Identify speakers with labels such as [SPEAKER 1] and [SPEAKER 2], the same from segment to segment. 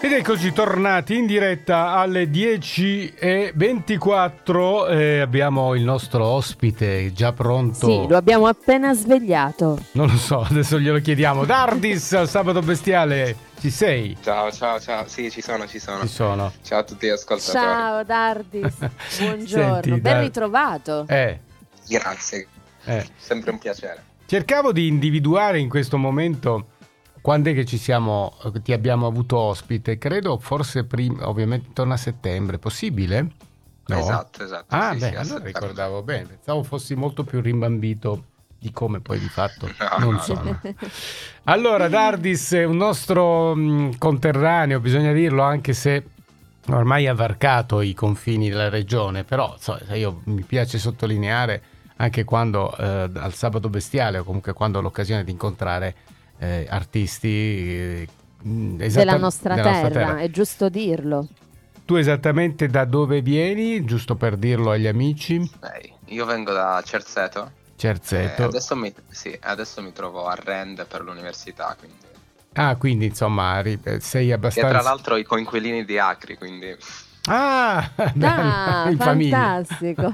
[SPEAKER 1] Ed eccoci tornati in diretta alle 10.24. eh, abbiamo il nostro ospite già pronto.
[SPEAKER 2] Sì, lo abbiamo appena svegliato.
[SPEAKER 1] Non lo so, adesso glielo chiediamo. Dardis, al sabato bestiale, ci sei?
[SPEAKER 3] Ciao, ciao, ciao. Sì, ci sono, ci sono.
[SPEAKER 1] Ci sono.
[SPEAKER 3] Ciao a tutti gli ascoltatori.
[SPEAKER 2] Ciao Dardis, buongiorno,
[SPEAKER 1] Senti,
[SPEAKER 2] ben
[SPEAKER 1] Dar-
[SPEAKER 2] ritrovato.
[SPEAKER 1] Eh,
[SPEAKER 3] Grazie,
[SPEAKER 1] eh.
[SPEAKER 3] sempre un piacere.
[SPEAKER 1] Cercavo di individuare in questo momento quando è che ci siamo, ti abbiamo avuto ospite. Credo forse prima, ovviamente intorno a settembre. Possibile? No?
[SPEAKER 3] Esatto, esatto.
[SPEAKER 1] Ah, beh,
[SPEAKER 3] sì, sì,
[SPEAKER 1] allora
[SPEAKER 3] assolutamente.
[SPEAKER 1] ricordavo bene. Pensavo fossi molto più rimbambito di come poi di fatto
[SPEAKER 3] No,
[SPEAKER 1] non
[SPEAKER 3] no.
[SPEAKER 1] sono. Allora, Dardis è un nostro mh, conterraneo, bisogna dirlo, anche se ormai ha varcato i confini della regione, però so, io mi piace sottolineare anche quando eh, al sabato bestiale o comunque quando ho l'occasione di incontrare eh, artisti eh, mh,
[SPEAKER 2] Della
[SPEAKER 1] esatta-
[SPEAKER 2] nostra
[SPEAKER 1] della
[SPEAKER 2] terra, è giusto dirlo.
[SPEAKER 1] Tu esattamente da dove vieni, giusto per dirlo agli amici?
[SPEAKER 3] Ehi, io vengo da Cerzeto. eh,
[SPEAKER 1] Cerzeto.
[SPEAKER 3] adesso, mi, sì, adesso mi trovo a Rend per l'università, quindi.
[SPEAKER 1] Ah, quindi insomma ri- eh, sei
[SPEAKER 3] Che tra
[SPEAKER 1] abbastanza...
[SPEAKER 3] l'altro ho i coinquilini di Acri, quindi...
[SPEAKER 1] Ah, bello, in famiglia.
[SPEAKER 2] fantastico.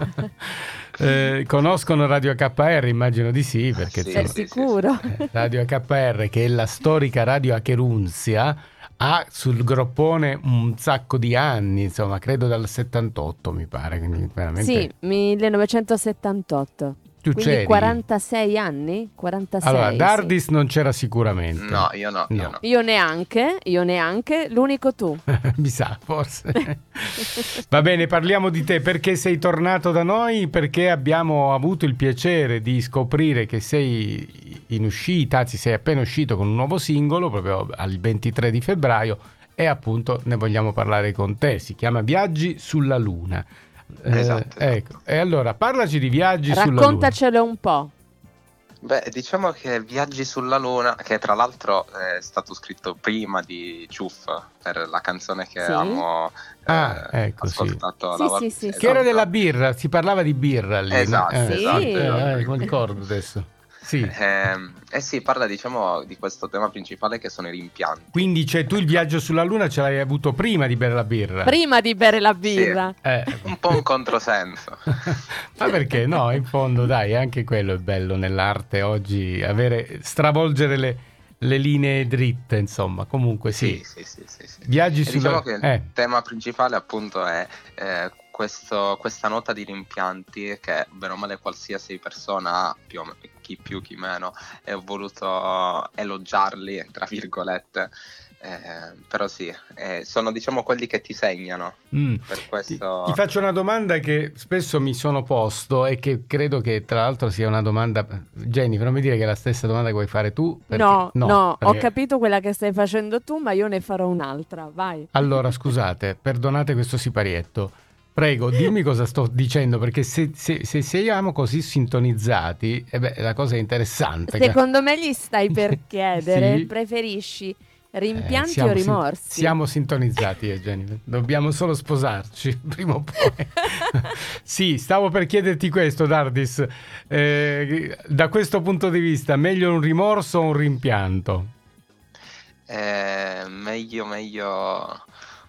[SPEAKER 1] Eh, conoscono Radio KR, immagino di sì, perché
[SPEAKER 3] Sì,
[SPEAKER 2] Sei
[SPEAKER 1] insomma,
[SPEAKER 3] sì,
[SPEAKER 2] sicuro?
[SPEAKER 1] eh, Radio KR, che è la storica Radio Acherunzia, ha sul groppone un sacco di anni, insomma, credo dal 78 mi pare, quindi veramente...
[SPEAKER 2] Sì, 1978.
[SPEAKER 1] tu
[SPEAKER 2] Quindi
[SPEAKER 1] c'eri.
[SPEAKER 2] 46 anni? 46.
[SPEAKER 1] Allora,
[SPEAKER 2] sì.
[SPEAKER 1] Dardis non c'era sicuramente.
[SPEAKER 3] No, io no, io
[SPEAKER 1] No.
[SPEAKER 3] no.
[SPEAKER 2] Io neanche, io neanche, l'unico tu.
[SPEAKER 1] Mi sa, forse. Va bene, parliamo di te. Perché sei tornato da noi? Perché abbiamo avuto il piacere di scoprire che sei in uscita, anzi sei appena uscito con un nuovo singolo, proprio al 23 di febbraio, e appunto ne vogliamo parlare con te. Si chiama Viaggi sulla Luna. Eh,
[SPEAKER 3] Esatto, esatto.
[SPEAKER 1] ecco. E allora, parlaci di Viaggi sulla Luna.
[SPEAKER 2] Raccontacelo un po'.
[SPEAKER 3] Beh, diciamo che Viaggi sulla Luna, che tra l'altro è stato scritto prima di Ciuff, per la canzone che
[SPEAKER 2] Sì.
[SPEAKER 3] abbiamo eh,
[SPEAKER 1] Ah, ecco, sì.
[SPEAKER 3] ascoltato
[SPEAKER 2] Sì,
[SPEAKER 3] la volta-
[SPEAKER 2] sì, sì, sì.
[SPEAKER 1] Che era
[SPEAKER 3] esatto.
[SPEAKER 1] della birra, si parlava di birra lì. no?
[SPEAKER 3] Esatto,
[SPEAKER 1] Eh,
[SPEAKER 2] esatto,
[SPEAKER 1] eh,
[SPEAKER 3] esatto.
[SPEAKER 1] eh, mi ricordo adesso. Sì.
[SPEAKER 3] Ehm, Eh, sì, parla diciamo di questo tema principale che sono i rimpianti.
[SPEAKER 1] Quindi cioè, tu il viaggio sulla Luna ce l'hai avuto prima di bere la birra?
[SPEAKER 2] Prima di bere la birra.
[SPEAKER 1] Eh.
[SPEAKER 3] Un po' un controsenso.
[SPEAKER 1] Ma perché no? In fondo, dai, anche quello è bello nell'arte oggi, avere, stravolgere le, le linee dritte, insomma. Comunque sì.
[SPEAKER 3] sì, sì, sì, sì.
[SPEAKER 1] Viaggi
[SPEAKER 3] E
[SPEAKER 1] sulla
[SPEAKER 3] diciamo che
[SPEAKER 1] eh,
[SPEAKER 3] il tema principale appunto è eh, questo- questa nota di rimpianti che bene o male qualsiasi persona ha, più o me- chi più chi meno, e ho voluto elogiarli, tra virgolette. Eh, però sì, eh, sono diciamo quelli che ti segnano,
[SPEAKER 1] mm.
[SPEAKER 3] per
[SPEAKER 1] Ti,
[SPEAKER 3] questo...
[SPEAKER 1] ti faccio una domanda che spesso mi sono posto e che credo che tra l'altro sia una domanda... Jennifer, non mi dire che è la stessa domanda che vuoi fare tu. perché-
[SPEAKER 2] No, no, ho
[SPEAKER 1] perché-
[SPEAKER 2] capito quella che stai facendo tu, ma io ne farò un'altra. Vai.
[SPEAKER 1] Allora, scusate, perdonate questo siparietto. Prego, dimmi cosa sto dicendo, perché se, se- se siamo così sintonizzati, eh beh, la cosa è interessante. cioè, che-
[SPEAKER 2] Secondo me gli stai per chiedere,
[SPEAKER 1] Sì.
[SPEAKER 2] preferisci
[SPEAKER 1] Eh,
[SPEAKER 2] rimpianti
[SPEAKER 1] siamo
[SPEAKER 2] o
[SPEAKER 1] sin-
[SPEAKER 2] rimorsi?
[SPEAKER 1] siamo sintonizzati, eh, Jennifer. Dobbiamo solo sposarci, prima o poi. sì, stavo per chiederti questo, Dardis. Eh, da questo punto di vista, meglio un rimorso o un rimpianto?
[SPEAKER 3] Eh, meglio, meglio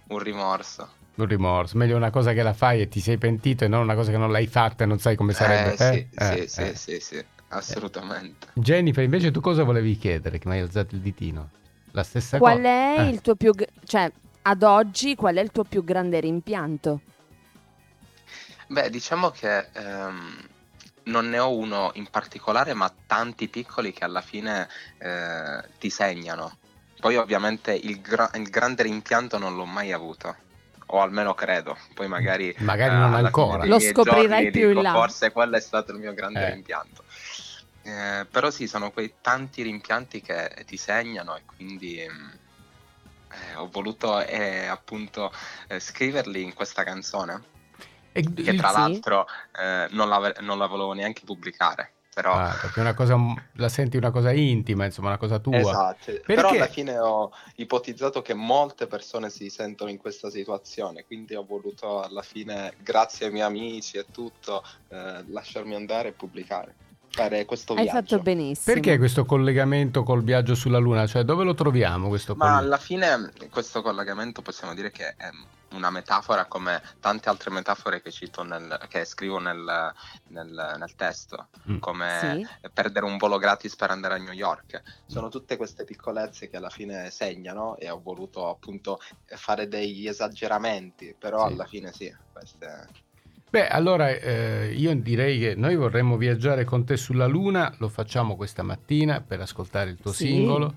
[SPEAKER 3] un rimorso.
[SPEAKER 1] Un rimorso, meglio una cosa che la fai e ti sei pentito e non una cosa che non l'hai fatta e non sai come sarebbe.
[SPEAKER 3] Eh, sì,
[SPEAKER 1] eh?
[SPEAKER 3] sì,
[SPEAKER 1] Eh,
[SPEAKER 3] sì,
[SPEAKER 1] eh.
[SPEAKER 3] sì, sì, assolutamente.
[SPEAKER 1] Jennifer, invece tu cosa volevi chiedere? Che mi hai alzato il ditino. La stessa
[SPEAKER 2] Qual
[SPEAKER 1] cosa.
[SPEAKER 2] è
[SPEAKER 1] Eh.
[SPEAKER 2] il tuo più... gr- cioè, ad oggi, qual è il tuo più grande rimpianto?
[SPEAKER 3] Beh, diciamo che ehm, non ne ho uno in particolare, ma tanti piccoli che alla fine eh, ti segnano. Poi ovviamente il, gra- il grande rimpianto non l'ho mai avuto, o almeno credo, poi magari...
[SPEAKER 1] Magari
[SPEAKER 3] eh,
[SPEAKER 1] non
[SPEAKER 3] alla
[SPEAKER 1] ancora.
[SPEAKER 3] fine dei
[SPEAKER 2] Lo
[SPEAKER 3] miei
[SPEAKER 2] scoprirai
[SPEAKER 3] giorni
[SPEAKER 2] più in
[SPEAKER 3] dico,
[SPEAKER 2] là.
[SPEAKER 3] Forse quello è stato il mio grande
[SPEAKER 1] Eh.
[SPEAKER 3] rimpianto. Eh, però sì, sono quei tanti rimpianti che ti segnano e quindi mm, eh, ho voluto eh, appunto eh, scriverli in questa canzone
[SPEAKER 1] E-
[SPEAKER 3] che
[SPEAKER 1] il-
[SPEAKER 3] tra
[SPEAKER 2] Sì.
[SPEAKER 3] l'altro eh, non, la, non la volevo neanche pubblicare. Però,
[SPEAKER 1] Ah, perché è una cosa, la senti una cosa intima, insomma, una cosa tua.
[SPEAKER 3] Esatto. però
[SPEAKER 1] Perché?
[SPEAKER 3] alla fine ho ipotizzato che molte persone si sentono in questa situazione, quindi ho voluto alla fine, grazie ai miei amici e tutto, eh, lasciarmi andare e pubblicare. fare questo
[SPEAKER 2] Hai
[SPEAKER 3] viaggio.
[SPEAKER 2] fatto benissimo.
[SPEAKER 1] Perché questo collegamento col viaggio sulla Luna? Cioè, dove lo troviamo questo
[SPEAKER 3] Ma
[SPEAKER 1] collegamento?
[SPEAKER 3] alla fine questo collegamento possiamo dire che è una metafora come tante altre metafore che cito nel, che scrivo nel, nel- nel testo,
[SPEAKER 1] Mm.
[SPEAKER 3] come
[SPEAKER 2] Sì.
[SPEAKER 3] eh, perdere un volo gratis per andare a New York. Sono tutte queste piccolezze che alla fine segnano e ho voluto appunto fare degli esageramenti, però
[SPEAKER 1] Sì.
[SPEAKER 3] alla fine sì, queste...
[SPEAKER 1] Beh, allora eh, io direi che noi vorremmo viaggiare con te sulla Luna, lo facciamo questa mattina per ascoltare il tuo
[SPEAKER 2] Sì.
[SPEAKER 1] singolo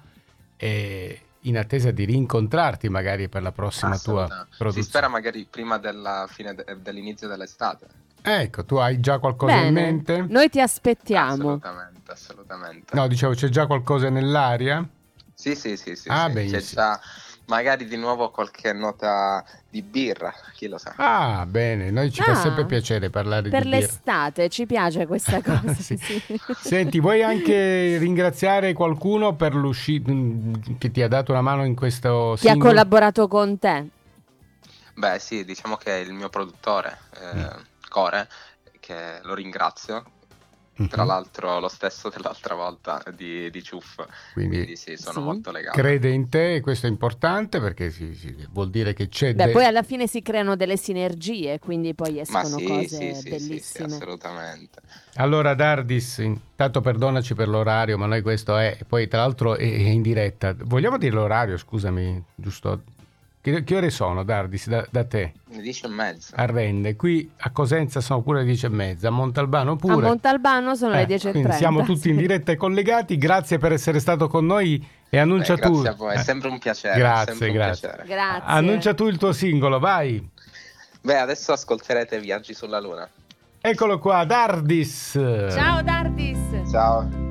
[SPEAKER 1] e in attesa di rincontrarti magari per la prossima tua
[SPEAKER 3] assolutamente. Si
[SPEAKER 1] produzione.
[SPEAKER 3] spera magari prima della fine de- dell'inizio dell'estate.
[SPEAKER 1] Ecco, tu hai già qualcosa in
[SPEAKER 2] Bene,
[SPEAKER 1] mente?
[SPEAKER 2] Noi ti aspettiamo.
[SPEAKER 3] Assolutamente, assolutamente.
[SPEAKER 1] No, dicevo, c'è già qualcosa nell'aria?
[SPEAKER 3] Sì, sì, sì, sì,
[SPEAKER 1] Ah,
[SPEAKER 3] sì.
[SPEAKER 1] benissimo.
[SPEAKER 3] c'è già magari di nuovo qualche nota di birra, chi lo sa.
[SPEAKER 1] Ah, bene, noi ci
[SPEAKER 2] Ah,
[SPEAKER 1] fa sempre piacere parlare
[SPEAKER 2] Per
[SPEAKER 1] di birra.
[SPEAKER 2] l'estate ci piace questa cosa.
[SPEAKER 1] Sì.
[SPEAKER 2] sì.
[SPEAKER 1] Senti, vuoi anche ringraziare qualcuno per l'uscita che ti ha dato una mano in questo
[SPEAKER 2] Chi ha
[SPEAKER 1] singolo?
[SPEAKER 2] collaborato con te?
[SPEAKER 3] Beh, sì, diciamo che il mio produttore, eh,
[SPEAKER 1] Mm.
[SPEAKER 3] Core, che lo ringrazio,
[SPEAKER 1] Mhm,
[SPEAKER 3] tra l'altro lo stesso dell'altra volta di, di Ciuff,
[SPEAKER 1] Quindi
[SPEAKER 3] quindi sì, sono
[SPEAKER 2] Sì.
[SPEAKER 3] molto legato.
[SPEAKER 1] crede in te e questo è importante perché sì, sì, vuol dire che c'è
[SPEAKER 2] Beh,
[SPEAKER 1] de-
[SPEAKER 2] poi alla fine si creano delle sinergie, quindi poi
[SPEAKER 3] Ma
[SPEAKER 2] escono
[SPEAKER 3] sì,
[SPEAKER 2] cose
[SPEAKER 3] sì, sì, sì, sì,
[SPEAKER 2] bellissime.
[SPEAKER 3] assolutamente.
[SPEAKER 1] Allora Dardis, intanto perdonaci per l'orario, ma noi questo è poi tra l'altro è, è in diretta. Vogliamo dire l'orario, scusami, giusto? Che, che ore sono Dardis da, da te?
[SPEAKER 3] Mi dice e mezzo.
[SPEAKER 1] A Rende, qui a Cosenza sono pure le 10 e mezza, a Montalbano pure.
[SPEAKER 2] A Montalbano sono
[SPEAKER 1] Eh,
[SPEAKER 2] le 10.30.
[SPEAKER 1] quindi siamo tutti in
[SPEAKER 2] Sì.
[SPEAKER 1] diretta e collegati. Grazie per essere stato con noi e
[SPEAKER 3] Beh,
[SPEAKER 1] annuncia tu.
[SPEAKER 3] grazie a voi, è
[SPEAKER 1] Eh,
[SPEAKER 3] sempre un piacere. è
[SPEAKER 1] Grazie,
[SPEAKER 3] sempre un
[SPEAKER 1] grazie.
[SPEAKER 3] piacere.
[SPEAKER 2] Grazie.
[SPEAKER 1] Annuncia tu il tuo singolo, vai.
[SPEAKER 3] Beh, adesso ascolterete Viaggi sulla Luna.
[SPEAKER 1] Eccolo qua, Dardis.
[SPEAKER 2] Ciao Dardis.
[SPEAKER 3] Ciao.